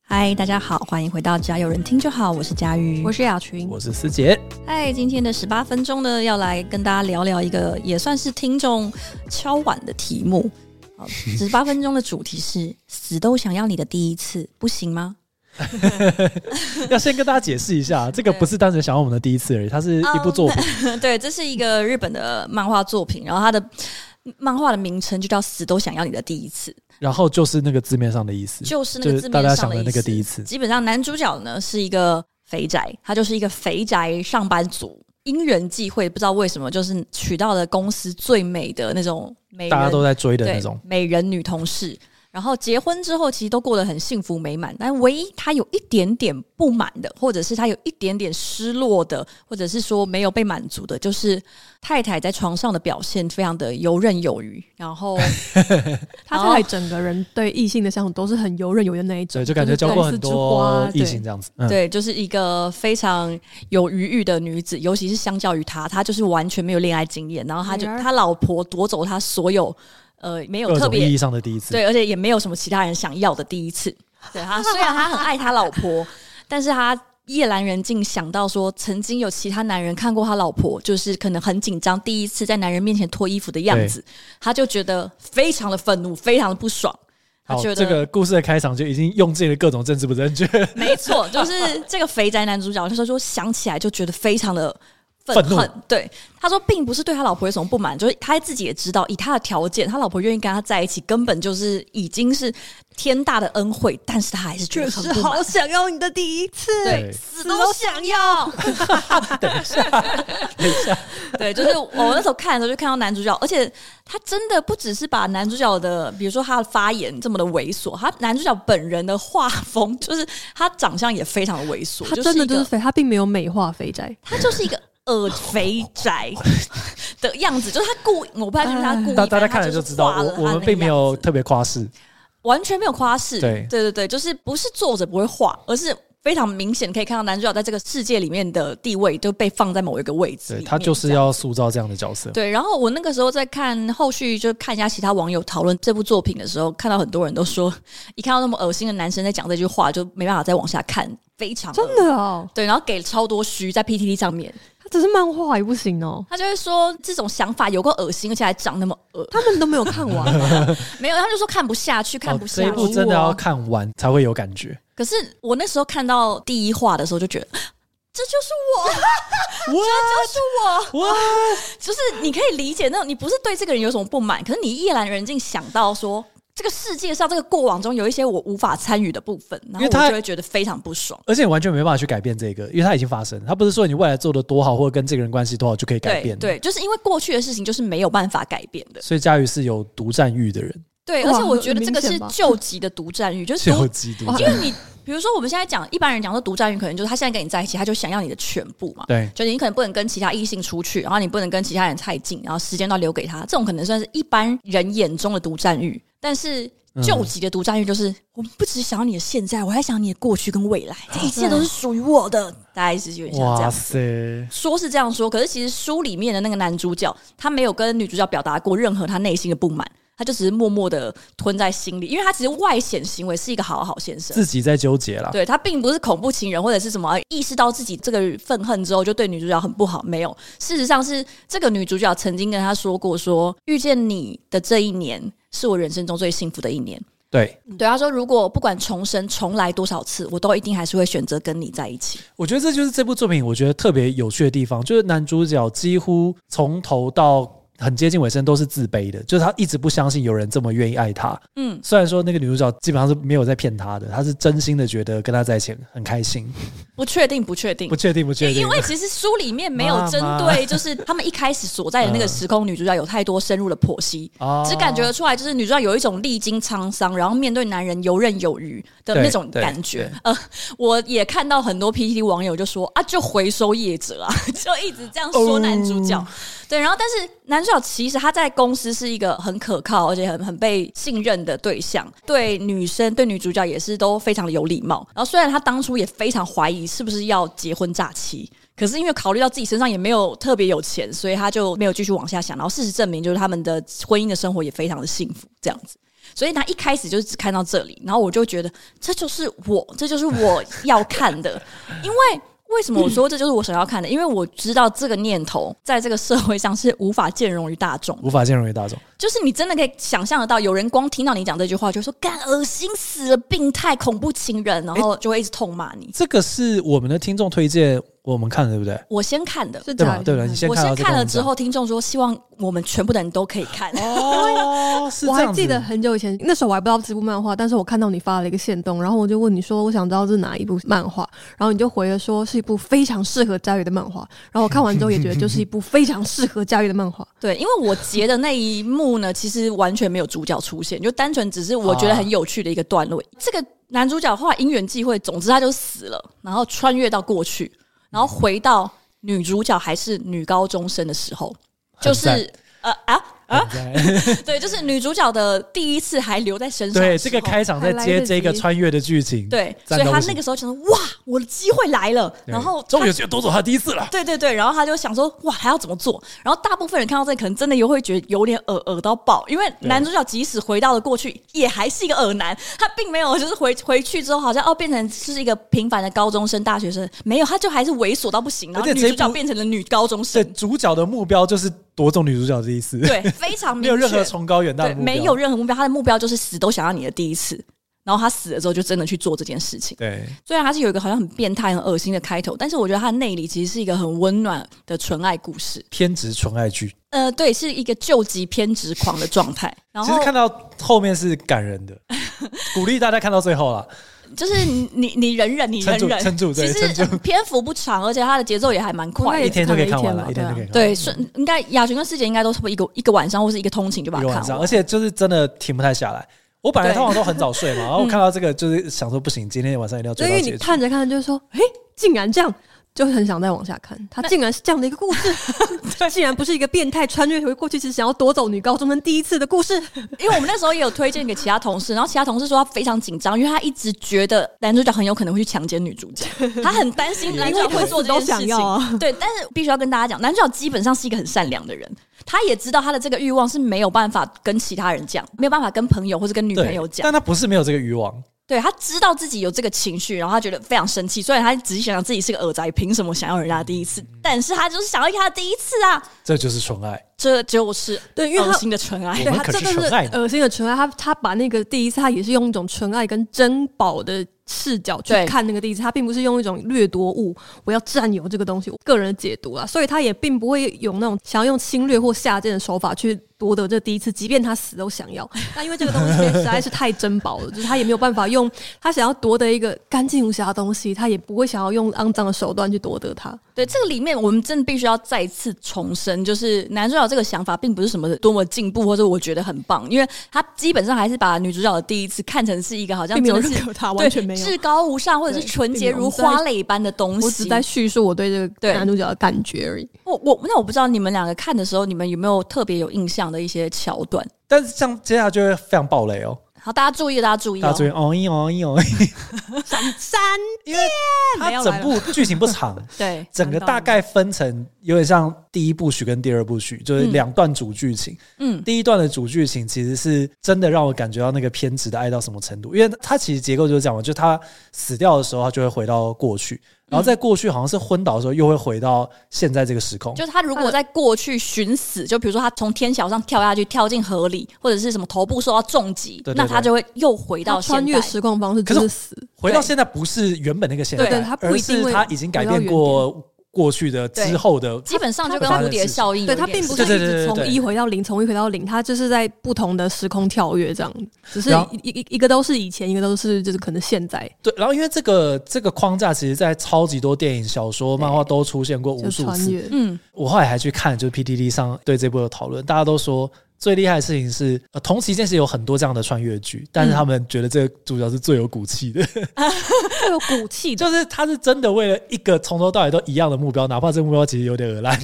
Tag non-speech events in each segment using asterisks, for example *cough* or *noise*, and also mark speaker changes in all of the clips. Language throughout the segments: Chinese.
Speaker 1: 嗨，大家好，欢迎回到只要有人听就好，我是佳瑜，
Speaker 2: 我是雅群。
Speaker 3: 我是
Speaker 1: *laughs*
Speaker 3: 思杰，
Speaker 1: 嗨，今天的十八分钟呢，要来跟大家聊聊一个也算是听众敲碗的题目。 *laughs* 十八分钟的主题是“死都想要你的第一次”，不行吗？
Speaker 3: 要先跟大家解释一下，这个不是单纯想要我们的第一次而已，它是一部作品，
Speaker 1: *laughs* 哦对，这是一个日本的漫画作品，然后它的漫画的名称就叫“死都想要你的第一次”。
Speaker 3: 然后就是那个字面上的意
Speaker 1: *laughs*
Speaker 3: 思，
Speaker 1: 就是那
Speaker 3: 就
Speaker 1: 个
Speaker 3: 是
Speaker 1: 字
Speaker 3: 大
Speaker 1: 面
Speaker 3: 家
Speaker 1: 上
Speaker 3: 想
Speaker 1: 的
Speaker 3: 的那个
Speaker 1: 意思
Speaker 3: 第一次。
Speaker 1: 基本上男主角呢是一个肥宅，他就是一个肥宅上班族。因人际会，不知道为什么，就是娶到了公司最美的那种美人，
Speaker 3: 大家都在追的
Speaker 1: 对
Speaker 3: 那种，
Speaker 1: 美人女同事。然后结婚之后，其实都过得很幸福美满，但唯一他有一点点不满的，或者是他有一点点失落的，或者是说没有被满足的，就是太太在床上的表现非常的游刃有余，然后
Speaker 2: 他太太整个人对异性的相处都是很游刃有余的那一种，
Speaker 3: 对，就感觉
Speaker 2: 是
Speaker 3: 交过很多
Speaker 2: 类似之花
Speaker 3: 异性这样子。嗯，
Speaker 1: 对，就是一个非常有余裕的女子，尤其是相较于她，她就是完全没有恋爱经验，然后她就
Speaker 2: 女儿
Speaker 1: 她老婆夺走她所有呃没有
Speaker 3: 各
Speaker 1: 特
Speaker 3: 种意
Speaker 1: 别
Speaker 3: 义上的第一次。
Speaker 1: 对，而且也没有什么其他人想要的第一次。对她 *laughs* 虽然她很爱她老婆，但是她。夜阑人静，想到说曾经有其他男人看过她老婆，就是可能很紧张，第一次在男人面前脱衣服的样
Speaker 3: 对
Speaker 1: 子，她就觉得非常的愤怒，非常的不爽。她
Speaker 3: 好，
Speaker 1: 觉得
Speaker 3: 这个故事的开场就已经用尽了各种政治不正确，
Speaker 1: 没 *laughs* 错，就是这个肥宅男主角，他说说想起来就觉得非常的。愤
Speaker 3: 愤怒
Speaker 1: 恨，对他说，并不是对他老婆有什么不满，就是他自己也知道，以他的条件，他老婆愿意跟他在一起，根本就是已经是天大的恩惠，但是他还是觉得
Speaker 2: *laughs*
Speaker 1: 很不满，
Speaker 2: 想要你的第一次。
Speaker 1: 对，
Speaker 3: 对
Speaker 1: 死都想要。
Speaker 3: 等一下
Speaker 1: 对，就是我那时候看的时候就看到男主角，而且他真的不只是把男主角的，比如说他的发言这么的猥琐，他男主角本人的画风，就是他长相也非常的猥琐，
Speaker 2: 他
Speaker 1: 是
Speaker 2: 真的
Speaker 1: 一个
Speaker 2: 就是肥，他并没有美化肥宅，
Speaker 1: 他就是一个耳肥宅的样子，就是他故意，我不太确定他故意，
Speaker 3: 哎大大家
Speaker 1: 但他
Speaker 3: 看了
Speaker 1: 就
Speaker 3: 就是知道，
Speaker 1: 画了
Speaker 3: 我
Speaker 1: 他
Speaker 3: 我
Speaker 1: 那
Speaker 3: 们
Speaker 1: 个
Speaker 3: 并没有
Speaker 1: 样子
Speaker 3: 特别夸饰，
Speaker 1: 完全没有夸饰，
Speaker 3: 对
Speaker 1: 对对对，就是不是作者不会画，而是非常明显可以看到男主角在这个世界里面的地位就被放在某一个位置里
Speaker 3: 对
Speaker 1: 面，
Speaker 3: 他就是
Speaker 1: 这样。
Speaker 3: 要塑造这样的角色。
Speaker 1: 对，然后我那个时候在看后续，就看一下其他网友讨论这部作品的时候，看到很多人都说，一看到那么恶心的男生在讲这句话，就没办法再往下看，非常恶
Speaker 2: 真的哦，
Speaker 1: 对，然后给超多虚在 PTT 上面，
Speaker 2: 他只是漫画也不行哦，
Speaker 1: 他就会说这种想法有够恶心，而且还长那么恶。
Speaker 2: *laughs* 他们都没有看完，
Speaker 1: 没有，他就说看不下去，看
Speaker 3: 哦
Speaker 1: 不，下
Speaker 3: 这
Speaker 1: 去。
Speaker 3: 一部真的要看完才会有感觉。
Speaker 1: 可是我那时候看到第一话的时候，就觉得这就是我，
Speaker 3: *laughs*
Speaker 1: 这就是我， *laughs* 就是你可以理解那种，你不是对这个人有什么不满，可是你夜阑人静想到说。这个世界上，这个过往中有一些我无法参与的部分，然后
Speaker 3: 因为
Speaker 1: 我
Speaker 3: 他
Speaker 1: 就会觉得非常不爽。
Speaker 3: 而且你完全没办法去改变这个，因为它已经发生。它不是说你未来做的多好，或者跟这个人关系多好就可以改
Speaker 1: 对
Speaker 3: 变的。
Speaker 1: 对，就是因为过去的事情就是没有办法改变的。
Speaker 3: 所以佳宇是有独占欲的人，
Speaker 1: 对，
Speaker 2: 哇
Speaker 1: 而且我觉得
Speaker 2: 很
Speaker 1: 这个
Speaker 2: 明
Speaker 1: 是
Speaker 2: 显吧
Speaker 1: 救急的独占欲，
Speaker 3: *laughs*
Speaker 1: 哦就是独
Speaker 3: 就极独
Speaker 1: 因为你比如说我们现在讲一般人讲说独占欲，可能就是他现在跟你在一起，他就想要你的全部嘛。
Speaker 3: 对，
Speaker 1: 就你可能不能跟其他异性出去，然后你不能跟其他人太近，然后时间都要留给他，这种可能算是一般人眼中的独占欲。但是
Speaker 3: 嗯
Speaker 1: 救急的独占欲就是，我不只想要你的现在，我还想你的过去跟未来，这一切都是属于我的。大概是有点像这
Speaker 3: 哇
Speaker 1: 样。
Speaker 3: 塞，
Speaker 1: 说是这样说，可是其实书里面的那个男主角，他没有跟女主角表达过任何他内心的不满，他就只是默默的吞在心里，因为他其实外显行为是一个好好先生。
Speaker 3: 自己在纠结啦。
Speaker 1: 对他并不是恐怖情人或者是什么，哎意识到自己这个愤恨之后就对女主角很不好。没有，事实上是这个女主角曾经跟他说过说遇见你的这一年是我人生中最幸福的一年。
Speaker 3: 对，
Speaker 1: 对，他说如果不管重生重来多少次，我都一定还是会选择跟你在一起。
Speaker 3: 我觉得这就是这部作品我觉得特别有趣的地方，就是男主角几乎从头到。很接近尾声都是自卑的，就是他一直不相信有人这么愿意爱他。
Speaker 1: 嗯，
Speaker 3: 虽然说那个女主角基本上是没有在骗他的，他是真心的觉得跟他在一起很开心。
Speaker 1: 不确定，不确定
Speaker 3: 不。确定，不确定。
Speaker 1: 嗯因为其实书里面没有针
Speaker 3: 妈妈 *laughs*
Speaker 1: 对，就是他们一开始所在的那个时空，女主角有太多深入的剖析，
Speaker 3: 哦
Speaker 1: 只感觉得出来，就是女主角有一种历经沧桑，然后面对男人游刃有余的那种感觉。呃，我也看到很多 PPT 网友就说啊，就回收业者啊， *laughs* 就一直这样说男主角。对，然后但是男主角其实他在公司是一个很可靠，而且很很被信任的对象，对女生、对女主角也是都非常的有礼貌。然后虽然他当初也非常怀疑是不是要结婚诈欺，可是因为考虑到自己身上也没有特别有钱，所以他就没有继续往下想。然后事实证明，就是他们的婚姻的生活也非常的幸福，这样子。所以他一开始就只看到这里，然后我就觉得这就是我，这就是我要看的，
Speaker 3: *laughs*
Speaker 1: 因为。为什么我说这就是我想要看的？因为我知道这个念头在这个社会上是无法兼容于大众，
Speaker 3: 无法兼容于大众。
Speaker 1: 就是你真的可以想象得到，有人光听到你讲这句话，就说“干恶心死了，病态恐怖情人”，然后就会一直痛骂你。
Speaker 3: 这个是我们的听众推荐我们看的，对不对？
Speaker 1: 我先看的，
Speaker 2: *laughs* 是
Speaker 3: 对
Speaker 2: 假
Speaker 3: 吧？
Speaker 2: 的
Speaker 3: 对吧？你先
Speaker 1: 我
Speaker 3: 看
Speaker 1: 先
Speaker 3: 到这个
Speaker 1: 看了
Speaker 3: 文
Speaker 1: 之
Speaker 3: 章
Speaker 1: 后，听众说希望我们全部的人都可以看。
Speaker 3: 哦，是
Speaker 2: 我
Speaker 3: 这
Speaker 2: 还
Speaker 3: 样
Speaker 2: 记得
Speaker 3: 子。
Speaker 2: 很久以前，那时候我还不知道这部漫画，但是我看到你发了一个线动，然后我就问你说，我想知道这是哪一部漫画，然后你就回了说是一部非常适合佳宇的漫画，然后我看完之后也觉得就是一部非常适合佳宇的漫
Speaker 3: *laughs*
Speaker 2: 画，
Speaker 1: 对，因为我截的那一幕呢，其实完全没有主角出现，就单纯只是我
Speaker 3: 啊
Speaker 1: 觉得很有趣的一个段落。这个男主角后来因缘际会，总之他就死了，然后穿越到过去，然后回到女主角还是女高中生的时候，就
Speaker 3: 很
Speaker 1: 是呃啊啊，
Speaker 3: 对
Speaker 1: 对，就是女主角的第一次还留在身上的
Speaker 3: 对，
Speaker 1: 时
Speaker 3: 这
Speaker 1: 候。
Speaker 3: 个开场在
Speaker 2: 还来
Speaker 3: 接
Speaker 2: 得
Speaker 3: 这个
Speaker 2: 及
Speaker 3: 穿越的剧情，
Speaker 1: 对，所
Speaker 3: 赞
Speaker 1: 以
Speaker 3: 到
Speaker 1: 他那
Speaker 3: 不行
Speaker 1: 个时候想说，哇，我的机会来了。
Speaker 3: 对
Speaker 1: 然后
Speaker 3: 终于
Speaker 1: 他
Speaker 3: 有机会夺走他第一次了。
Speaker 1: 对对对，然后他就想说，哇，还要怎么做？然后大部分人看到这，可能真的又会觉得有点恶恶到爆，因为男主角即使回到了过去，也还是一个恶男，他并没有就是回回去之后，好像哦变成是一个平凡的高中生、大学生，没有，他就还是猥琐到不行，然后
Speaker 3: 而且
Speaker 1: 女
Speaker 3: 这一
Speaker 1: 主角
Speaker 3: 部
Speaker 1: 变成了女高中
Speaker 3: 对，
Speaker 1: 生，
Speaker 3: 主角的目标就是夺走女主角的第一次，，
Speaker 1: 对，非常明
Speaker 3: *laughs* 没
Speaker 1: 确，
Speaker 3: 有任何崇高远大的
Speaker 1: 对，
Speaker 3: 目标，
Speaker 1: 没有任何目标，他的目标就是死都想要你的第一次。然后他死了之后，就真的去做这件事情。
Speaker 3: 对，
Speaker 1: 虽然他是有一个好像很变态、很恶心的开头，但是我觉得他的内里其实是一个很温暖的纯爱故事。
Speaker 3: 偏执纯爱剧。
Speaker 1: 呃，对，是一个救急偏执狂的状态。然
Speaker 3: 其实
Speaker 1: 后
Speaker 3: 看到后面是感人
Speaker 1: *laughs*
Speaker 3: 的，鼓励大家看到最后啦。
Speaker 1: 就是你你你忍忍，你忍
Speaker 3: 撑住，
Speaker 1: 忍。
Speaker 3: 撑住，
Speaker 1: 其
Speaker 3: 对，撑
Speaker 1: 实
Speaker 3: 住，
Speaker 1: 呃篇幅不长，而且它的节奏也还蛮快
Speaker 2: 我
Speaker 1: 的
Speaker 2: 也
Speaker 3: 一天就可以
Speaker 2: 只
Speaker 3: 看
Speaker 2: 看
Speaker 3: 完
Speaker 2: 了
Speaker 3: 了，一
Speaker 2: 一
Speaker 3: 天
Speaker 2: 天
Speaker 3: 就
Speaker 2: 嘛
Speaker 3: 可以看完。
Speaker 1: 对，是应该雅群跟师姐应该都差不多一个一个晚上或是一个通勤就把它
Speaker 3: 一个晚
Speaker 1: 看
Speaker 3: 上，
Speaker 1: 完。
Speaker 3: 而且就是真的停不太下来。我本来
Speaker 1: 对
Speaker 3: 通常都很早睡嘛，然后我看到这个就是想说不行，今天晚上一定要
Speaker 2: 所
Speaker 3: 追
Speaker 2: 以
Speaker 3: 到
Speaker 2: 因为你
Speaker 3: 结局。
Speaker 2: 看着看着就说，诶，竟然这样。就很想再往下看，他竟然是这样的一个故事，
Speaker 1: *laughs*
Speaker 2: 竟然不是一个变态穿越回过去，只是想要夺走女高中生第一次的
Speaker 1: *laughs*
Speaker 2: 故事。
Speaker 1: 因为我们那时候也有推荐给其他同事，然后其他同事说他非常紧张，因为他一直觉得男主角很有可能会去强奸女主角，他很担心男主角会做这件事
Speaker 2: 因为他死都想
Speaker 1: 情。哦
Speaker 2: 要啊
Speaker 1: *laughs* 对，但是必须要跟大家讲，男主角基本上是一个很善良的人，他也知道他的这个欲望是没有办法跟其他人讲，没有办法跟朋友或者跟女朋
Speaker 3: 对
Speaker 1: 友，讲
Speaker 3: 但。他不是没有这个欲望，
Speaker 1: 对他知道自己有这个情绪，然后他觉得非常生气，虽然他仔细想想自己是个耳仔，凭什么想要人家第一
Speaker 2: 嗯
Speaker 1: 次？但是他就是想要给他第一次啊，
Speaker 3: 这就是纯爱。
Speaker 1: 这就是
Speaker 2: 对因为他
Speaker 1: 恶心的纯爱。
Speaker 3: 我
Speaker 2: 对
Speaker 3: 们
Speaker 2: 他
Speaker 3: 可
Speaker 2: 真
Speaker 3: 是
Speaker 2: 的
Speaker 3: 纯爱
Speaker 2: 是
Speaker 3: 的
Speaker 2: 恶心的纯爱，他他把那个第一次，他也是用一种纯爱跟珍宝的视角去
Speaker 1: 对
Speaker 2: 看那个第一次，他并不是用一种掠夺物，我要占有这个东西，我个人的解读啦，所以他也并不会有那种想要用侵略或下贱的手法去夺得这第一次，即便他死都想
Speaker 1: *laughs*
Speaker 2: 要。那因为这个东西实在是太珍宝了，就是他也没有办法用他想要夺得一个干净无瑕的东西，他也不会想要用肮脏的手段去夺得它。
Speaker 1: 对，这个里面我们真的必须要再次重申，就是男主角这个想法并不是什么多么进步，或者我觉得很棒，因为他基本上还是把女主角的第一次看成是一个好像
Speaker 2: 并没有
Speaker 1: 真的
Speaker 2: 认
Speaker 1: 是
Speaker 2: 可他
Speaker 1: 对
Speaker 2: 完全没有
Speaker 1: 至高无上，或者是
Speaker 2: 对
Speaker 1: 纯洁
Speaker 2: 并没有
Speaker 1: 如花蕾一般的东西。
Speaker 2: 我只在叙述我对这
Speaker 1: 对
Speaker 2: 个男主角的感觉而已。
Speaker 1: 我我那我不知道你们两个看的时候，你们有没有特别有印象的一些桥段？
Speaker 3: 但是像接下来就会非常暴雷哦，
Speaker 1: 好，大家注意，大家注意、
Speaker 3: 大家
Speaker 1: 哦，
Speaker 3: 注意哦一哦一哦一，
Speaker 2: 三
Speaker 3: 因为
Speaker 2: 没
Speaker 3: 它
Speaker 2: 有
Speaker 3: 整
Speaker 2: 来
Speaker 3: 部
Speaker 1: *laughs*
Speaker 3: 剧情不长，
Speaker 1: 对，
Speaker 3: 整个大概分成有点像第一部曲跟第二部曲，就是两段主剧情。
Speaker 1: 嗯，
Speaker 3: 第一段的主剧情其实是真的让我感觉到那个偏执的爱到什么程度，因为它其实结构就是这样嘛，就他死掉的时候，他就会回到过去，然后在过去好像是昏倒的时候，又会回到现在这个时空。
Speaker 1: 就是他如果在过去寻死，就比如说他从天桥上跳下去，跳进河里，或者是什么头部受到重击，
Speaker 3: 对对
Speaker 1: 那他
Speaker 3: 对
Speaker 1: 就会又回到
Speaker 2: 他穿
Speaker 1: 现
Speaker 2: 越
Speaker 1: 代。
Speaker 2: 时空方式就是死，
Speaker 3: 回到现在不是原本那个现
Speaker 1: 对
Speaker 3: 在，
Speaker 2: 对它不
Speaker 3: 而
Speaker 2: 一定
Speaker 3: 是
Speaker 2: 会
Speaker 3: 他已经改变过过去的之后的。
Speaker 1: 基本上就跟
Speaker 3: 它
Speaker 1: 蝴蝶效应有
Speaker 2: 对
Speaker 1: 一
Speaker 2: 他
Speaker 1: 点像，
Speaker 2: 并不是
Speaker 3: 对
Speaker 2: 一
Speaker 3: 对对对
Speaker 2: 直从
Speaker 3: 对
Speaker 2: 一回到零，从一回到零，他就是在不同的时空跳跃这样，只是
Speaker 3: 然后
Speaker 2: 一一一个都是以前，一个都是就是可能现在，
Speaker 3: 对，然后因为这个这个框架，其实在超级多电影、小说、漫画都出现过
Speaker 2: 就
Speaker 3: 无数
Speaker 2: 穿
Speaker 3: 次。
Speaker 2: 越。
Speaker 1: 嗯，
Speaker 3: 我后来还去看，就是 PDD 上对这部的讨论，大家都说最厉害的事情是，呃，同期间是有很多这样的穿越剧，但
Speaker 2: 嗯
Speaker 3: 是他们觉得这个主角是最有骨气的，
Speaker 2: 会有骨
Speaker 1: *laughs*
Speaker 2: 气的。
Speaker 3: 就是他是真的为了一个从头到尾都一样的目标，哪怕这个目标其实有点恶
Speaker 1: *laughs*
Speaker 3: 烂，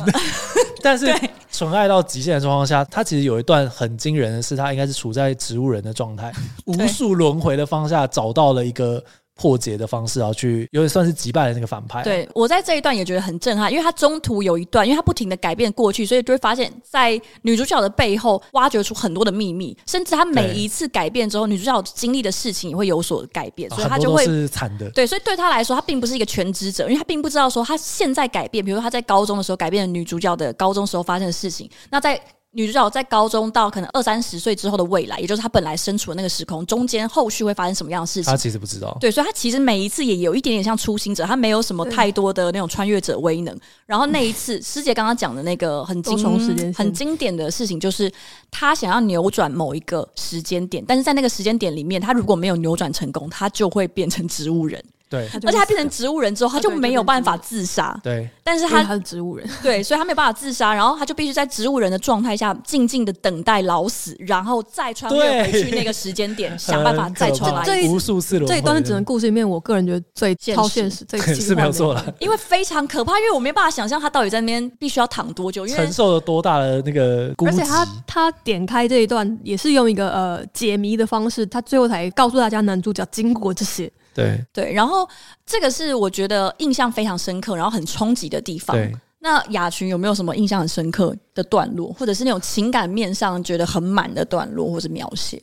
Speaker 3: 但是
Speaker 1: 对
Speaker 3: 纯爱到极限的状况下，他其实有一段很
Speaker 1: *laughs*
Speaker 3: 惊人的是，他应该是处在植物人的状态，无数轮回的方下找到了一个。破解的方式，然后去有点算是击败了那个反派。
Speaker 1: 对我在这一段也觉得很震撼，因为他中途有一段，因为他不停的改变过去，所以就会发现，在女主角的背后挖掘出很多的秘密，甚至她每一次改变之后，女主角经历的事情也会有所改变，
Speaker 3: 啊，
Speaker 1: 所以她
Speaker 3: 很
Speaker 1: 就
Speaker 3: 多都
Speaker 1: 会
Speaker 3: 是惨的。
Speaker 1: 对，所以对他来说，他并不是一个全职者，因为他并不知道说他现在改变，比如说他在高中的时候改变了女主角的高中时候发生的事情，那在。女主角在高中到可能二三十岁之后的未来，也就是她本来身处的那个时空，中间后续会发生什么样的事情
Speaker 3: 他？其实不知道，
Speaker 1: 对，所以她其实每一次也有一点点像初心者，她没有什么
Speaker 2: 对
Speaker 1: 太多的那种穿越者威能。然后那一次，师姐刚刚讲的那个很
Speaker 2: 多重时间
Speaker 1: 经
Speaker 2: 线
Speaker 1: 很经典的事情，就是她想要扭转某一个时间点，但是在那个时间点里面，她如果没有扭转成功，她就会变成植物人。
Speaker 3: 对
Speaker 2: 他就
Speaker 1: 而且他
Speaker 2: 死
Speaker 1: 变成
Speaker 2: 了啊
Speaker 1: 植物人之后，他就
Speaker 2: 对
Speaker 1: 没
Speaker 2: 就
Speaker 1: 有
Speaker 2: 变
Speaker 1: 办
Speaker 2: 植物
Speaker 1: 法
Speaker 2: 人啊
Speaker 1: 自杀，
Speaker 3: 对
Speaker 1: 但是
Speaker 2: 因为
Speaker 1: 他
Speaker 2: 他是植物人，
Speaker 1: 对，所以他没有办法自杀，然后他就必须在植物人的状态下静静的等待老死，然后再穿越回
Speaker 3: 对
Speaker 1: 去那个时间
Speaker 2: *laughs*
Speaker 1: 点，想办法
Speaker 3: 很可
Speaker 1: 再重
Speaker 3: 怕
Speaker 1: 来
Speaker 2: 这
Speaker 1: 一次。
Speaker 2: 一
Speaker 3: 无数次轮回
Speaker 2: 这一段是整个故事里面，我个人觉得最
Speaker 1: 现
Speaker 2: 超
Speaker 1: 实
Speaker 2: 现实、
Speaker 3: *laughs*
Speaker 2: 最奇
Speaker 3: 是没有
Speaker 2: 幻的
Speaker 3: 错了，
Speaker 1: 因为非常可怕，因为我没办法想象他到底在那边必须要躺多久，因为
Speaker 3: 承受了多大的那个孤
Speaker 2: 而且
Speaker 3: 寂。
Speaker 2: 他他点开这一段也是用一个呃解谜的方式，他最后才告诉大家男主角经过这些。
Speaker 3: 对
Speaker 1: 对，然后这个是我觉得印象非常深刻，然后很冲击的地方。
Speaker 3: 对，
Speaker 1: 那雅群有没有什么印象很深刻的段落，或者是那种情感面上觉得很满的段落，或者描写？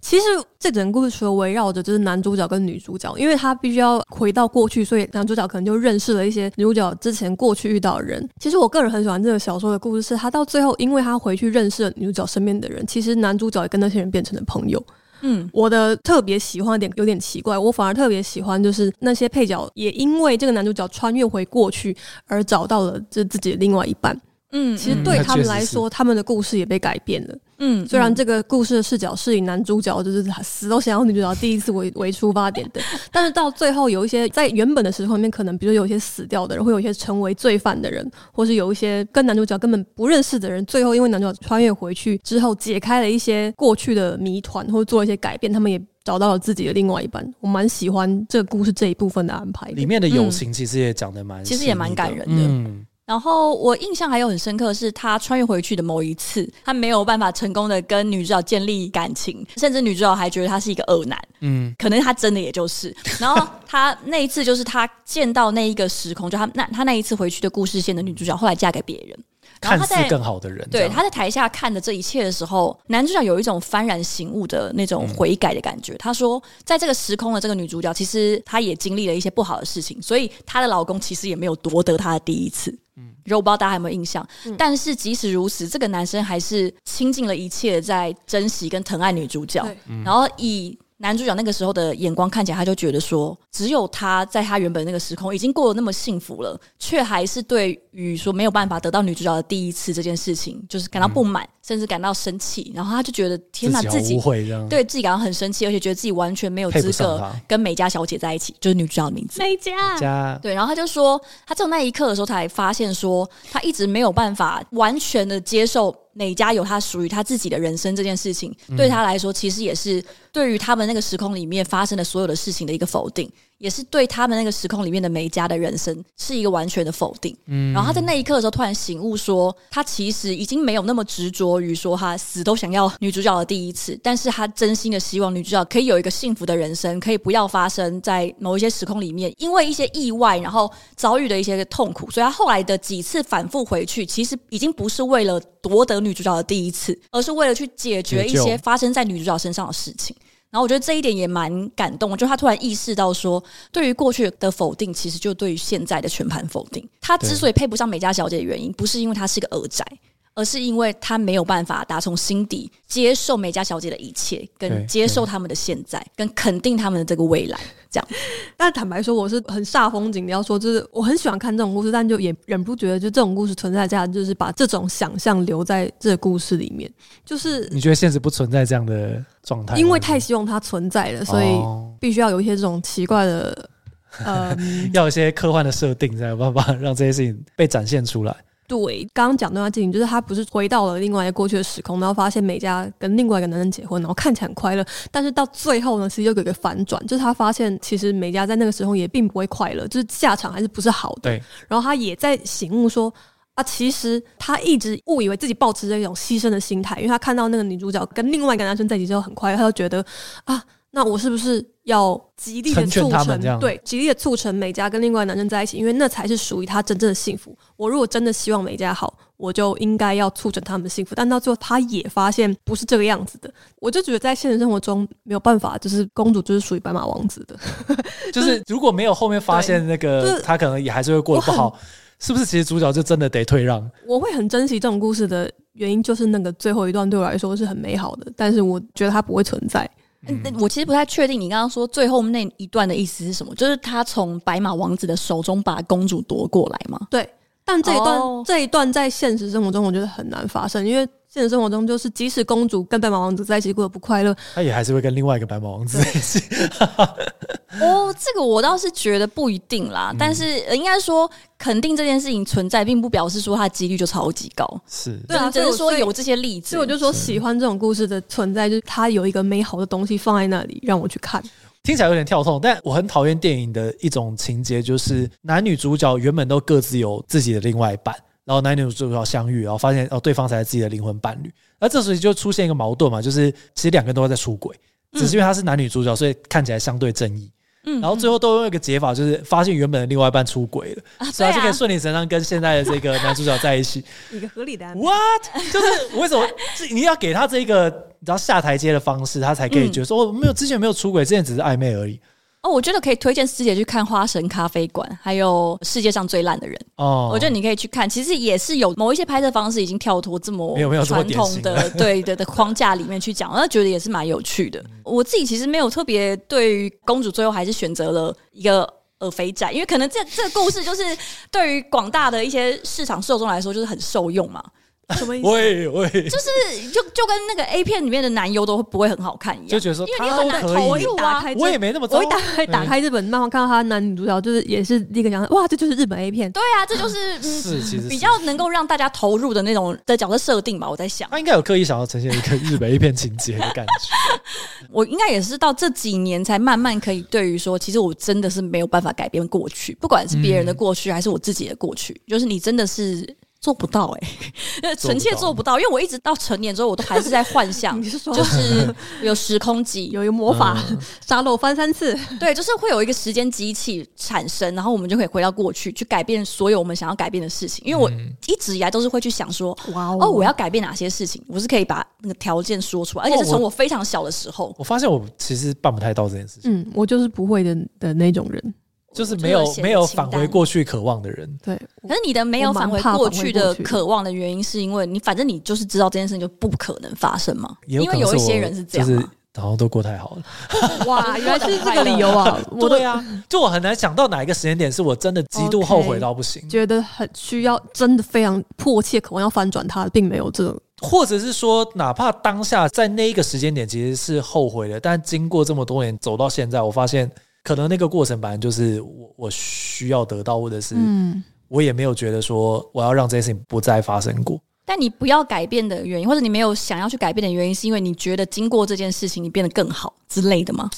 Speaker 2: 其实这整个故事除了围绕着就是男主角跟女主角，因为他必须要回到过去，所以男主角可能就认识了一些女主角之前过去遇到的人。其实我个人很喜欢这个小说的故事，是他到最后因为他回去认识了女主角身边的人，其实男主角也跟那些人变成了朋友。
Speaker 1: 嗯，
Speaker 2: 我的特别喜欢的点有点奇怪，我反而特别喜欢就是那些配角也因为这个男主角穿越回过去而找到了这自己的另外一半。
Speaker 1: 嗯，
Speaker 2: 其实
Speaker 1: 嗯
Speaker 2: 对
Speaker 3: 那
Speaker 2: 他们
Speaker 3: 确实
Speaker 2: 来
Speaker 3: 是
Speaker 2: 说，他们的故事也被改变了。
Speaker 1: 嗯，
Speaker 2: 虽
Speaker 1: 嗯
Speaker 2: 然这个故事的视角是以男主角就是死都想要女主角第一次为为出发点的， *laughs* 但是到最后有一些在原本的时空里面，可能比如有一些死掉的人，会有一些成为罪犯的人，或是有一些跟男主角根本不认识的人，最后因为男主角穿越回去之后，解开了一些过去的谜团，或者做了一些改变，他们也找到了自己的另外一半。我蛮喜欢这个故事这一部分的安排的
Speaker 3: 里面的友情其实也讲的蛮细
Speaker 1: 嗯其
Speaker 3: 腻的，
Speaker 1: 实也蛮感人的
Speaker 3: 嗯，
Speaker 1: 然后我印象还有很深刻的是，他穿越回去的某一次，他没有办法成功的跟女主角建立感情，甚至女主角还觉得他是一个恶男，
Speaker 3: 嗯，
Speaker 1: 可能他真的也就是。然后他那一次就是他见到那一个时空，就他那他那一次回去的故事线的女主角，后来嫁给别人，然
Speaker 3: 看
Speaker 1: 后他
Speaker 3: 似
Speaker 1: 在。
Speaker 3: 更好的人，这
Speaker 1: 对，
Speaker 3: 样
Speaker 1: 他在台下看的这一切的时候，男主角有一种幡然醒悟的那
Speaker 3: 嗯
Speaker 1: 种悔改的感觉。他说，在这个时空的这个女主角，其实她也经历了一些不好的事情，所以她的老公其实也没有夺得她的第一次。嗯，我不知道大家有没有印象，
Speaker 3: 嗯
Speaker 1: 但是即使如此，这个男生还是倾尽了一切在珍惜跟疼爱女主角
Speaker 2: 对，
Speaker 3: 嗯
Speaker 1: 然后以。男主角那个时候的眼光看起来，他就觉得说，只有他在他原本那个时空已经过得那么幸福了，却还是对于说没有办法得到女主角的第一次这件事情，就是感到不满，甚至感到生气。然后他就觉得，天哪，自
Speaker 3: 嗯自己
Speaker 1: 己
Speaker 3: 好误会这样，
Speaker 1: 对自己感到很生气，而且觉得自己完全没有
Speaker 3: 配不
Speaker 1: 资
Speaker 3: 上
Speaker 1: 格
Speaker 3: 他
Speaker 1: 跟美嘉小姐在一起，就是女主角的名字。
Speaker 2: 美嘉
Speaker 3: 加
Speaker 1: 对，然后他就说，他只有那一刻的时候才发现说，他一直没有办法完全的接受哪家有他属于他自己的人生这件事情，对他来说，其实也是对于他们那个时空里面发生的所有的事情的一个否定，也是对他们那个时空里面的每一家的人生是一个完全的否定。嗯，然后他在那一刻的时候突然醒悟说，他其实已经没有那么执着于说他死都想要女主角的第一次，但是他真心的希望女主角可以有一个幸福的人生，可以不要发生在某一些时空里面因为一些意外然后遭遇的一些痛苦，所以他后来的几次反复回去，其实已经不是为了夺得女主角的第一次，而是为了去解决一
Speaker 3: 解
Speaker 1: 些
Speaker 3: 救
Speaker 1: 发生在女主角身上的事情。然后我觉得这一点也蛮感动，就他突然意识到说，对于过去的否定，其实就对于现在的全盘否定。他之所以配不上美嘉小姐的原因，不是因为她是个儿宅，而是因为他没有办法打从心底接受美嘉小姐的一切，跟
Speaker 3: 对
Speaker 1: 接受他们的现在，跟肯定他们的这个未来。
Speaker 2: 但坦白说，我是很煞风景的。要说就是我很喜欢看这种故事，但就也忍不住觉得，就这种故事存在价值，就是把这种想象留在这个故事里面，就是
Speaker 3: 你觉得现实不存在这样的状态吗，
Speaker 2: 因为太希望它存在了，所以
Speaker 3: 哦
Speaker 2: 必须要有一些这种奇怪的，呃，
Speaker 3: 要有一些科幻的设定，才有办法 *laughs* 让这些事情被展现出来。
Speaker 2: 对，刚刚讲那段事情，就是他不是回到了另外一个过去的时空，然后发现美嘉跟另外一个男人结婚，然后看起来很快乐，但是到最后呢，其实又有一个反转，就是他发现其实美嘉在那个时候也并不会快乐，就是下场还是不是好的。
Speaker 3: 对，
Speaker 2: 然后他也在醒悟说。啊，其实他一直误以为自己抱持着一种牺牲的心态，因为他看到那个女主角跟另外一个男生在一起之后很快乐，他就觉得啊，那我是不是要极力的
Speaker 3: 成全
Speaker 2: 促
Speaker 3: 他们
Speaker 2: 成
Speaker 3: 这样
Speaker 2: 对极力的促成美嘉跟另外男生在一起，因为那才是属于他真正的幸福。我如果真的希望美嘉好，我就应该要促成他们的幸福。但到最后，他也发现不是这个样子的。我就觉得在现实生活中没有办法，就是公主就是属于白马王子的。
Speaker 3: *laughs* 就是如果没有后面发现那
Speaker 2: 就
Speaker 3: 个，
Speaker 2: 是
Speaker 3: 他可能也还是会过得不好，是不是？其实主角就真的得退让，
Speaker 2: 我会很珍惜这种故事的原因，就是那个最后一段对我来说是很美好的，但是我觉得它不会存在。
Speaker 1: 嗯，我其实不太确定你刚刚说最后那一段的意思是什么，就是他从白马王子的手中把公主夺过来吗？
Speaker 2: 但这一段、
Speaker 1: 哦
Speaker 2: 这一段在现实生活中，我觉得很难发生，因为现实生活中就是即使公主跟白马王子在一起过得不快乐，
Speaker 3: 他也还是会跟另外一个白马王子在一起。 *laughs*
Speaker 1: 哦，这个我倒是觉得不一定啦，
Speaker 2: 嗯
Speaker 1: 但是呃应该说肯定这件事情存在，并不表示说它的几率就超级高，
Speaker 3: 是，
Speaker 2: 对啊
Speaker 1: 只是只是
Speaker 2: 所
Speaker 1: 说
Speaker 2: 以我
Speaker 1: 有这些例子。
Speaker 2: 所以我就说喜欢这种故事的存在，就是它有一个美好的东西放在那里让我去看。
Speaker 3: 听起来有点跳痛，但我很讨厌电影的一种情节，就是男女主角原本都各自有自己的另外一半，然后男女主角相遇，然后发现哦，对方才是自己的灵魂伴侣。那这时候就出现一个矛盾嘛，就是其实两个人都在出轨，只是因为他是男女主角，所以看起来相对正义。
Speaker 1: 嗯
Speaker 3: 然后最后都用一个解法，就是发现原本的另外一半出轨了，
Speaker 1: *laughs* 啊
Speaker 3: 所以他就可
Speaker 1: 对
Speaker 3: 以
Speaker 1: 啊
Speaker 3: 顺理成章跟现在的这个男主角在
Speaker 1: *laughs*
Speaker 3: 一起。
Speaker 2: 一个合理的安排。
Speaker 3: *laughs* What？就是为什么这你要给他这个你知道下台阶的方式，他才可以
Speaker 1: 嗯
Speaker 3: 觉得说、哦，没有之前没有出轨，之前只是暧昧而已。
Speaker 1: 哦，我觉得可以推荐师姐去看《花神咖啡馆》，还有《世界上最烂的人》
Speaker 3: 哦，
Speaker 1: 我觉得你可以去看。其实也是有某一些拍摄方式已经跳脱这么
Speaker 3: 没有没有这么
Speaker 1: 传
Speaker 3: 典
Speaker 1: 统
Speaker 3: 型
Speaker 1: 的对的的框架里面去
Speaker 3: *laughs*
Speaker 1: 讲，那觉得也是蛮有趣的。
Speaker 3: 嗯
Speaker 1: 我自己其实没有特别对于公主最后还是选择了一个。呃，肥仔，因为可能这这个故事就是对于广大的一些市场受众来说，就是很受用嘛。
Speaker 2: 什么意思？
Speaker 3: 喂喂，就
Speaker 1: 就是就就跟那个 A 片里面的男优都不会很好看一样，
Speaker 3: 就觉得说
Speaker 1: 因为你很
Speaker 3: 他都
Speaker 1: 难
Speaker 3: 可
Speaker 1: 投
Speaker 3: 以，
Speaker 1: 入
Speaker 2: 打
Speaker 1: 啊。
Speaker 2: 开这
Speaker 3: 我也没那么糟
Speaker 2: 我一。打开打开日本漫画，看到他男女主角，就是也是立刻想到，哇，这就是日本 A 片。
Speaker 1: 对啊，这就是嗯，
Speaker 3: 是，其实是
Speaker 1: 比较能够让大家投入的那种的角色设定吧。我在想，
Speaker 3: 他应该有刻意想要呈现一个日本 A 片情节的感觉。
Speaker 1: 我应该也是到这几年才慢慢可以对于说，其实我真的是没有办法改变过去，不管是别人的过去还是我自己的过去，就是你真的是。做不到哎、 *laughs* 欸，
Speaker 3: 做不到
Speaker 1: 臣妾做不到，因为我一直到成年之后，我都还是在幻想 *laughs*
Speaker 2: 你，是说啊
Speaker 1: 就是有时空机，
Speaker 2: 有一个魔法， *laughs* 沙漏翻三次？
Speaker 1: 对，就是会有一个时间机器产生，然后我们就可以回到过去，去改变所有我们想要改变的事 *laughs* 情。因为我
Speaker 3: 嗯
Speaker 1: 一直以来都是会去想说，
Speaker 2: 哇
Speaker 1: 嗯哦，我要改变哪些事情，我是可以把那个条件说出来，而且是哦从我非常小的时候，
Speaker 3: 我发现我其实办不太到这件事情，
Speaker 2: 嗯，我就是不会的的那种人。
Speaker 3: 就是没有
Speaker 1: 我就有写
Speaker 3: 没有
Speaker 1: 清单
Speaker 3: 返回过去渴望的人。
Speaker 2: 对，
Speaker 1: 可是你的没有
Speaker 2: 我蛮
Speaker 1: 返回
Speaker 2: 怕
Speaker 1: 过
Speaker 2: 返回
Speaker 1: 去
Speaker 2: 过
Speaker 1: 的
Speaker 2: 去的
Speaker 1: 渴望的原因，是因为你反正你就是知道这件事情就不可能发生嘛，
Speaker 3: 也有
Speaker 1: 因
Speaker 3: 可
Speaker 1: 为
Speaker 3: 能
Speaker 1: 有一
Speaker 3: 我
Speaker 1: 些人是这
Speaker 3: 就
Speaker 1: 样啊
Speaker 3: 是
Speaker 1: 嘛。
Speaker 3: 好像都过太好了。
Speaker 2: *laughs* 哇，原来是这个理由啊！我都
Speaker 3: 对啊，就我很难想到哪一个时间点是我真的极度
Speaker 2: OK
Speaker 3: 后悔到不行
Speaker 2: 觉得很需要，真的非常迫切渴望要翻转它，并没有这种。
Speaker 3: 或者是说，哪怕当下在那一个时间点其实是后悔的，但经过这么多年走到现在，我发现可能那个过程本来就是我我需要得到，或者是
Speaker 2: 嗯，
Speaker 3: 我也没有觉得说我要让这件事情不再发生过。
Speaker 1: 但你不要改变的原因，或者你没有想要去改变的原因，是因为你觉得经过这件事情你变得更好之类的吗？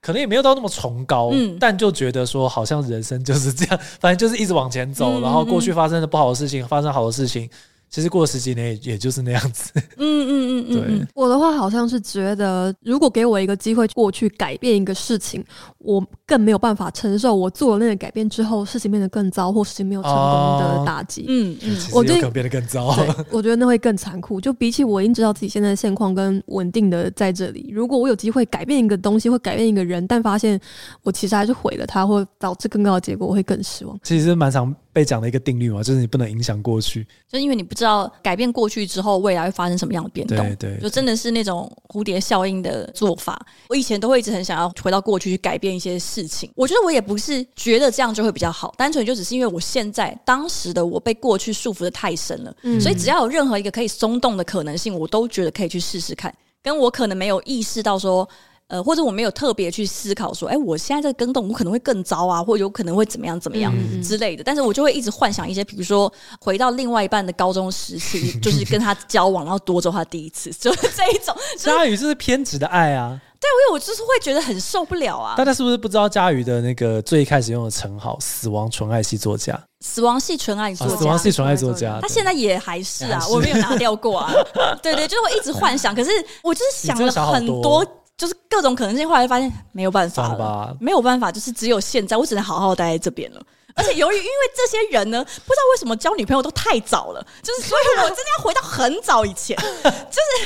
Speaker 3: 可能也没有到那么崇高，
Speaker 1: 嗯
Speaker 3: 但就觉得说好像人生就是这样，反正就是一直往前走，
Speaker 1: 嗯
Speaker 3: 然后过去发生的不好的事情，发生好的事情，其实过了十几年也也就是那样子。
Speaker 1: 嗯嗯嗯
Speaker 3: *laughs*
Speaker 1: 嗯嗯，
Speaker 2: 我的话好像是觉得，如果给我一个机会过去改变一个事情，我更没有办法承受我做了那个改变之后，事情变得更糟，或事情没有成功的打击。
Speaker 1: 嗯
Speaker 3: 对，
Speaker 1: 嗯
Speaker 3: 其实
Speaker 2: 我
Speaker 3: 有
Speaker 2: 对
Speaker 3: 可能变得更糟。 *laughs*
Speaker 2: 对，我觉得那会更残酷。就比起我已经知道自己现在的现况跟稳定的在这里，如果我有机会改变一个东西，或改变一个人，但发现我其实还是毁了他，或导致更高的结果，我会更失望。
Speaker 3: 其实蛮常被讲的一个定律嘛，就是你不能影响过去。
Speaker 1: 就是因为你不知道改变过去之后未来会发生什么样的变动
Speaker 3: 对，对
Speaker 1: 就真的是那种蝴蝶效应的做法。我以前都会一直很想要回到过去去改变一些事情。我觉得我也不是觉得这样就会比较好，单纯就只是因为我现在当时的我被过去束缚的太深了，
Speaker 2: 嗯
Speaker 1: 所以只要有任何一个可以松动的可能性，我都觉得可以去试试看。跟我可能没有意识到说。呃，或者我没有特别去思考说，哎、我现在这个更动，我可能会更糟啊，或者有可能会怎么样怎么样、
Speaker 2: 嗯嗯
Speaker 1: 之类的。但是我就会一直幻想一些，比如说回到另外一半的高中时期，就是跟他交往，然后夺走他第一次，就是这一种。 *laughs* 就是
Speaker 3: 佳宇这是偏执的爱啊，
Speaker 1: 因为我就是会觉得很受不了啊
Speaker 3: 大。家是不是不知道佳宇的那个最一开始用的称号“死亡纯爱系作家”？
Speaker 1: 死亡系纯爱作
Speaker 3: 啊，
Speaker 1: 家，
Speaker 3: 死亡系纯爱作家。
Speaker 1: 他现在也还是啊，
Speaker 3: 啊还是
Speaker 1: 我没有拿掉过啊。对对，就是我一直幻想，可是我就是想了很
Speaker 3: 你真的想好多
Speaker 1: 多就是各种可能性，后来发现没有办法
Speaker 3: 算了吧
Speaker 1: 了，没有办法，就是只有现在，我只能好好待在这边了。而且由于因为这些人呢，不知道为什么交女朋友都太早了，就是所以我真的要回到很早以前，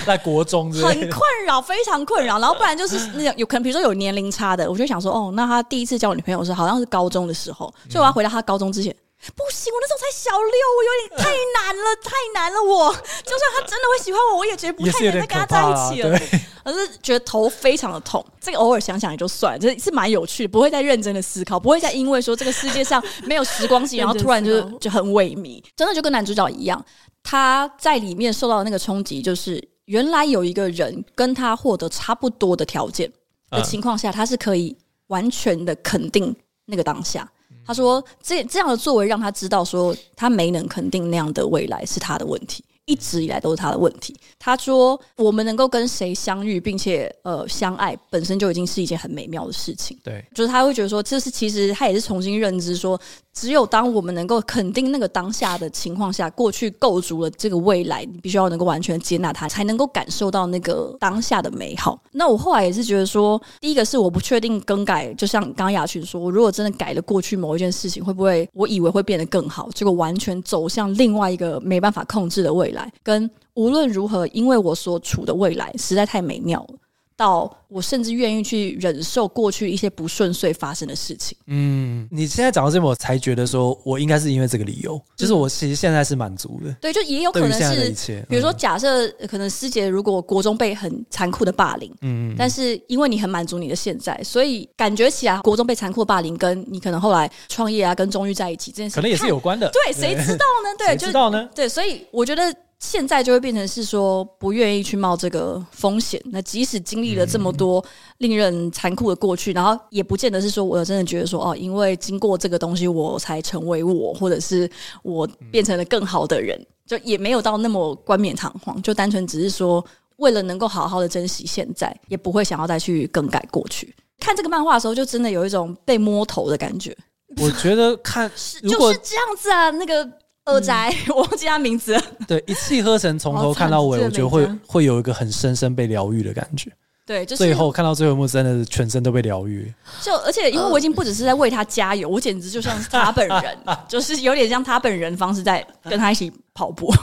Speaker 3: 在国中之类
Speaker 1: 很
Speaker 3: 的。
Speaker 1: 困扰，非常困扰。然后不然
Speaker 3: *laughs*
Speaker 1: 就是那种有可能，比如说有年龄差的，我就想说，哦，那他第一次交我女朋友是好像是高中的时候，
Speaker 3: 嗯
Speaker 1: 所以我要回到他高中之前。不行，我那时候才小六，我有点太难了，太难了我。就算他真的会喜欢我，我也觉得不
Speaker 3: 也
Speaker 1: 太
Speaker 3: 是有
Speaker 1: 能
Speaker 3: 点
Speaker 1: 再跟他
Speaker 3: 可
Speaker 1: 在
Speaker 3: 怕
Speaker 1: 一
Speaker 3: 啊，
Speaker 1: 起了。
Speaker 3: 对，
Speaker 1: 而是觉得头非常的痛。这个偶尔想想也就算，这是蛮有趣的，不会再认真的思考，不会再因为说这个世界上没有时
Speaker 2: *laughs*
Speaker 1: 光机，然后突然就
Speaker 2: 认真思
Speaker 1: 是
Speaker 2: 考
Speaker 1: 就很萎靡。真的就跟男主角一样，他在里面受到的那个冲击，就是原来有一个人跟他获得差不多的条件的
Speaker 3: 嗯
Speaker 1: 情况下，他是可以完全的肯定那个当下。他说：“这这样的作为让他知道，说他没能肯定那样的未来是他的问题，一直以来都是他的问题。”他说：“我们能够跟谁相遇，并且呃相爱，本身就已经是一件很美妙的事情。”
Speaker 3: 对，
Speaker 1: 就是他会觉得说，这是其实他也是重新认知说，只有当我们能够肯定那个当下的情况下，过去构筑了这个未来，你必须要能够完全接纳它，才能够感受到那个当下的美好。那我后来也是觉得说，第一个是我不确定更改，就像刚刚雅群说，我如果真的改了过去某一件事情，会不会我以为会变得更好，结果完全走向另外一个没办法控制的未来，跟无论如何，因为我所处的未来实在太美妙了。到我甚至愿意去忍受过去一些不顺遂发生的事情。
Speaker 3: 嗯，你现在讲到这边，我才觉得说我应该是因为这个理由，就是我其实现在是满足的，
Speaker 1: 对，就也有可
Speaker 3: 对于
Speaker 1: 能
Speaker 3: 现在的一
Speaker 1: 是，
Speaker 3: 切，
Speaker 1: 比如说
Speaker 3: 嗯，
Speaker 1: 假设呃可能师姐如果国中被很残酷的霸凌。
Speaker 3: 嗯，嗯
Speaker 1: 但是因为你很满足你的现在，所以感觉起来国中被残酷的霸凌，跟你可能后来创业啊，跟钟玉在一起这件事，
Speaker 3: 可能也是
Speaker 1: 看
Speaker 3: 有关
Speaker 1: *laughs*
Speaker 3: 的，
Speaker 1: 对，谁知道呢？对，
Speaker 3: 谁
Speaker 1: 就
Speaker 3: 知道呢？
Speaker 1: 对，所以我觉得现在就会变成是说不愿意去冒这个风险。那即使经历了这么多令人残酷的过去，然后也不见得是说我真的觉得说哦，因为经过这个东西我才成为我，或者是我变成了更好的人，就也没有到那么冠冕堂皇，就单纯只是说为了能够好好的珍惜现在，也不会想要再去更改过去。看这个漫画的时候，就真的有一种被摸头的感觉，
Speaker 3: 我觉得看 *laughs* 如
Speaker 1: 就
Speaker 3: 果嗯
Speaker 1: 是这样子啊。那个二宅， *laughs* 我忘记他名字了，
Speaker 3: 对一气呵成，从
Speaker 1: 哦
Speaker 3: 头看到尾，
Speaker 2: 好
Speaker 3: 我
Speaker 2: 惨
Speaker 3: 觉得会
Speaker 2: 这个每
Speaker 3: 会有一个很深深被疗愈的感觉。
Speaker 1: 对，就是
Speaker 3: 最后看到最后一幕，真的是全身都被疗愈。
Speaker 1: 就而且因为我已经不只是在为他加油，我简直就像是他本
Speaker 3: *laughs*
Speaker 1: 人，就是有点像他本人的方式在跟他一起跑步。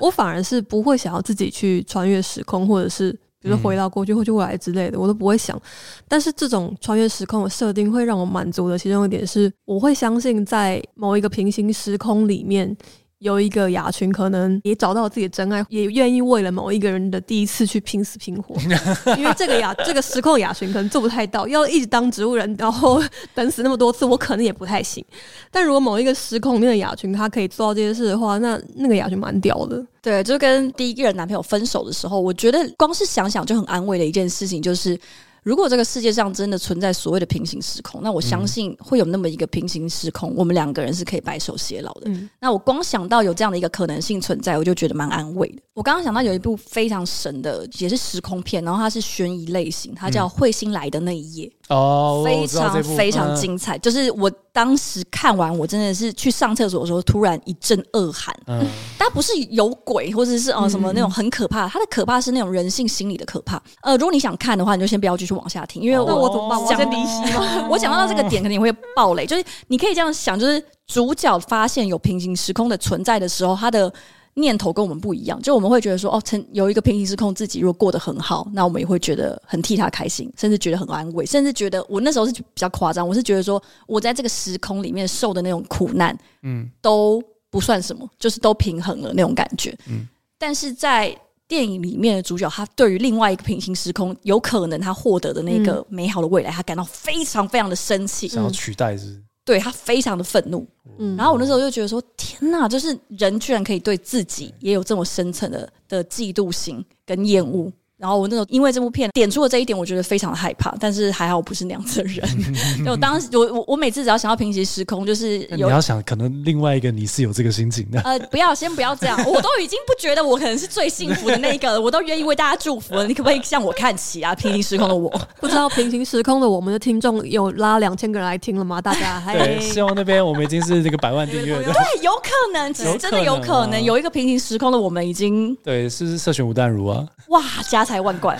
Speaker 2: 我反而是不会想要自己去穿越时空，或者是比如说回到过去或者未来之类的，我都不会想。但是这种穿越时空的设定会让我满足的其中一点是，我会相信在某一个平行时空里面。有一个雅群可能也找到自己的真爱，也愿意为了某一个人的第一次去拼死拼活，因为这个雅这个时空的雅群可能做不太到，要一直当植物人，然后 *laughs* 等死那么多次，我可能也不太行。但如果某一个时空里面的雅群他可以做到这件事的话，那那个雅群蛮屌的。
Speaker 1: 对，就跟第一个人男朋友分手的时候，我觉得光是想想就很安慰的一件事情，就是如果这个世界上真的存在所谓的平行时空，那我
Speaker 3: 嗯
Speaker 1: 相信会有那么一个平行时空，我们两个人是可以白首偕老的。
Speaker 2: 嗯 *laughs*
Speaker 1: 那我光想到有这样的一个可能性存在，我就觉得蛮安慰的。我刚刚想到有一部非常神的，也是时空片，然后它是悬疑类型，它
Speaker 3: 嗯
Speaker 1: 叫《彗星来的那一夜》。
Speaker 3: 哦，我
Speaker 1: 非
Speaker 3: 知道这
Speaker 1: 常
Speaker 3: 部
Speaker 1: 非常
Speaker 3: 嗯
Speaker 1: 精彩。就是我当时看完，我真的是去上厕所的时候，突然一阵恶寒。
Speaker 3: 嗯，
Speaker 1: 它不是有鬼，或者是呃
Speaker 2: 嗯
Speaker 1: 什么那种很可怕，它的可怕是那种人性心理的可怕。呃，如果你想看的话，你就先不要继续往下听，因为
Speaker 3: 哦
Speaker 2: 那
Speaker 1: 我
Speaker 2: 我怎么办？我要先离席吗？
Speaker 1: *laughs* 我讲到这个点肯定会爆雷，就是你可以这样想，就是主角发现有平行时空的存在的时候，他的。念头跟我们不一样，就我们会觉得说，哦，曾有一个平行时空，自己如果过得很好，那我们也会觉得很替他开心，甚至觉得很安慰，甚至觉得我那时候是比较夸张，我是觉得说我在这个时空里面受的那种苦难，
Speaker 3: 嗯，
Speaker 1: 都不算什么，就是都平衡了那种感觉。
Speaker 3: 嗯
Speaker 1: 但是在电影里面的主角，他对于另外一个平行时空，有可能他获得的那个美好的未来，他感到非常非常的生气，
Speaker 3: *laughs* 想要取代是不啊是
Speaker 1: 对他非常的愤怒。
Speaker 2: 嗯
Speaker 1: 然后我那时候就觉得说，天哪，就是人居然可以对自己也有这么深层的的嫉妒心跟厌恶。然后我那时候因为这部片点出了这一点，我觉得非常的害怕，但是还好我不是那样子的
Speaker 3: *laughs*
Speaker 1: 人。就我当时我我我每次只要想要平行时空，就是
Speaker 3: 那你
Speaker 1: 有
Speaker 3: 要想，可能另外一个你是有这个心情的。
Speaker 1: 呃，不要，先不要这
Speaker 3: *laughs*
Speaker 1: 样，我都已经不觉得我可能是最幸福的那一个了，我都愿意为大家祝福了。你可不可以向我看齐啊，平行时空的我？
Speaker 2: 不知道平行时空的我们的听众有拉两千个人来听了吗？大家
Speaker 1: 哎
Speaker 2: 还
Speaker 3: 对，希望那边我们已经是这个百万订阅
Speaker 1: *laughs*
Speaker 3: 的。
Speaker 1: 对，有可能，其实真的有
Speaker 3: 有可
Speaker 1: 可哦
Speaker 3: 能啊
Speaker 1: 能有一个平行时空的我们已经
Speaker 3: 对，是不是社群吴淡如啊？
Speaker 1: 哇家财万贯。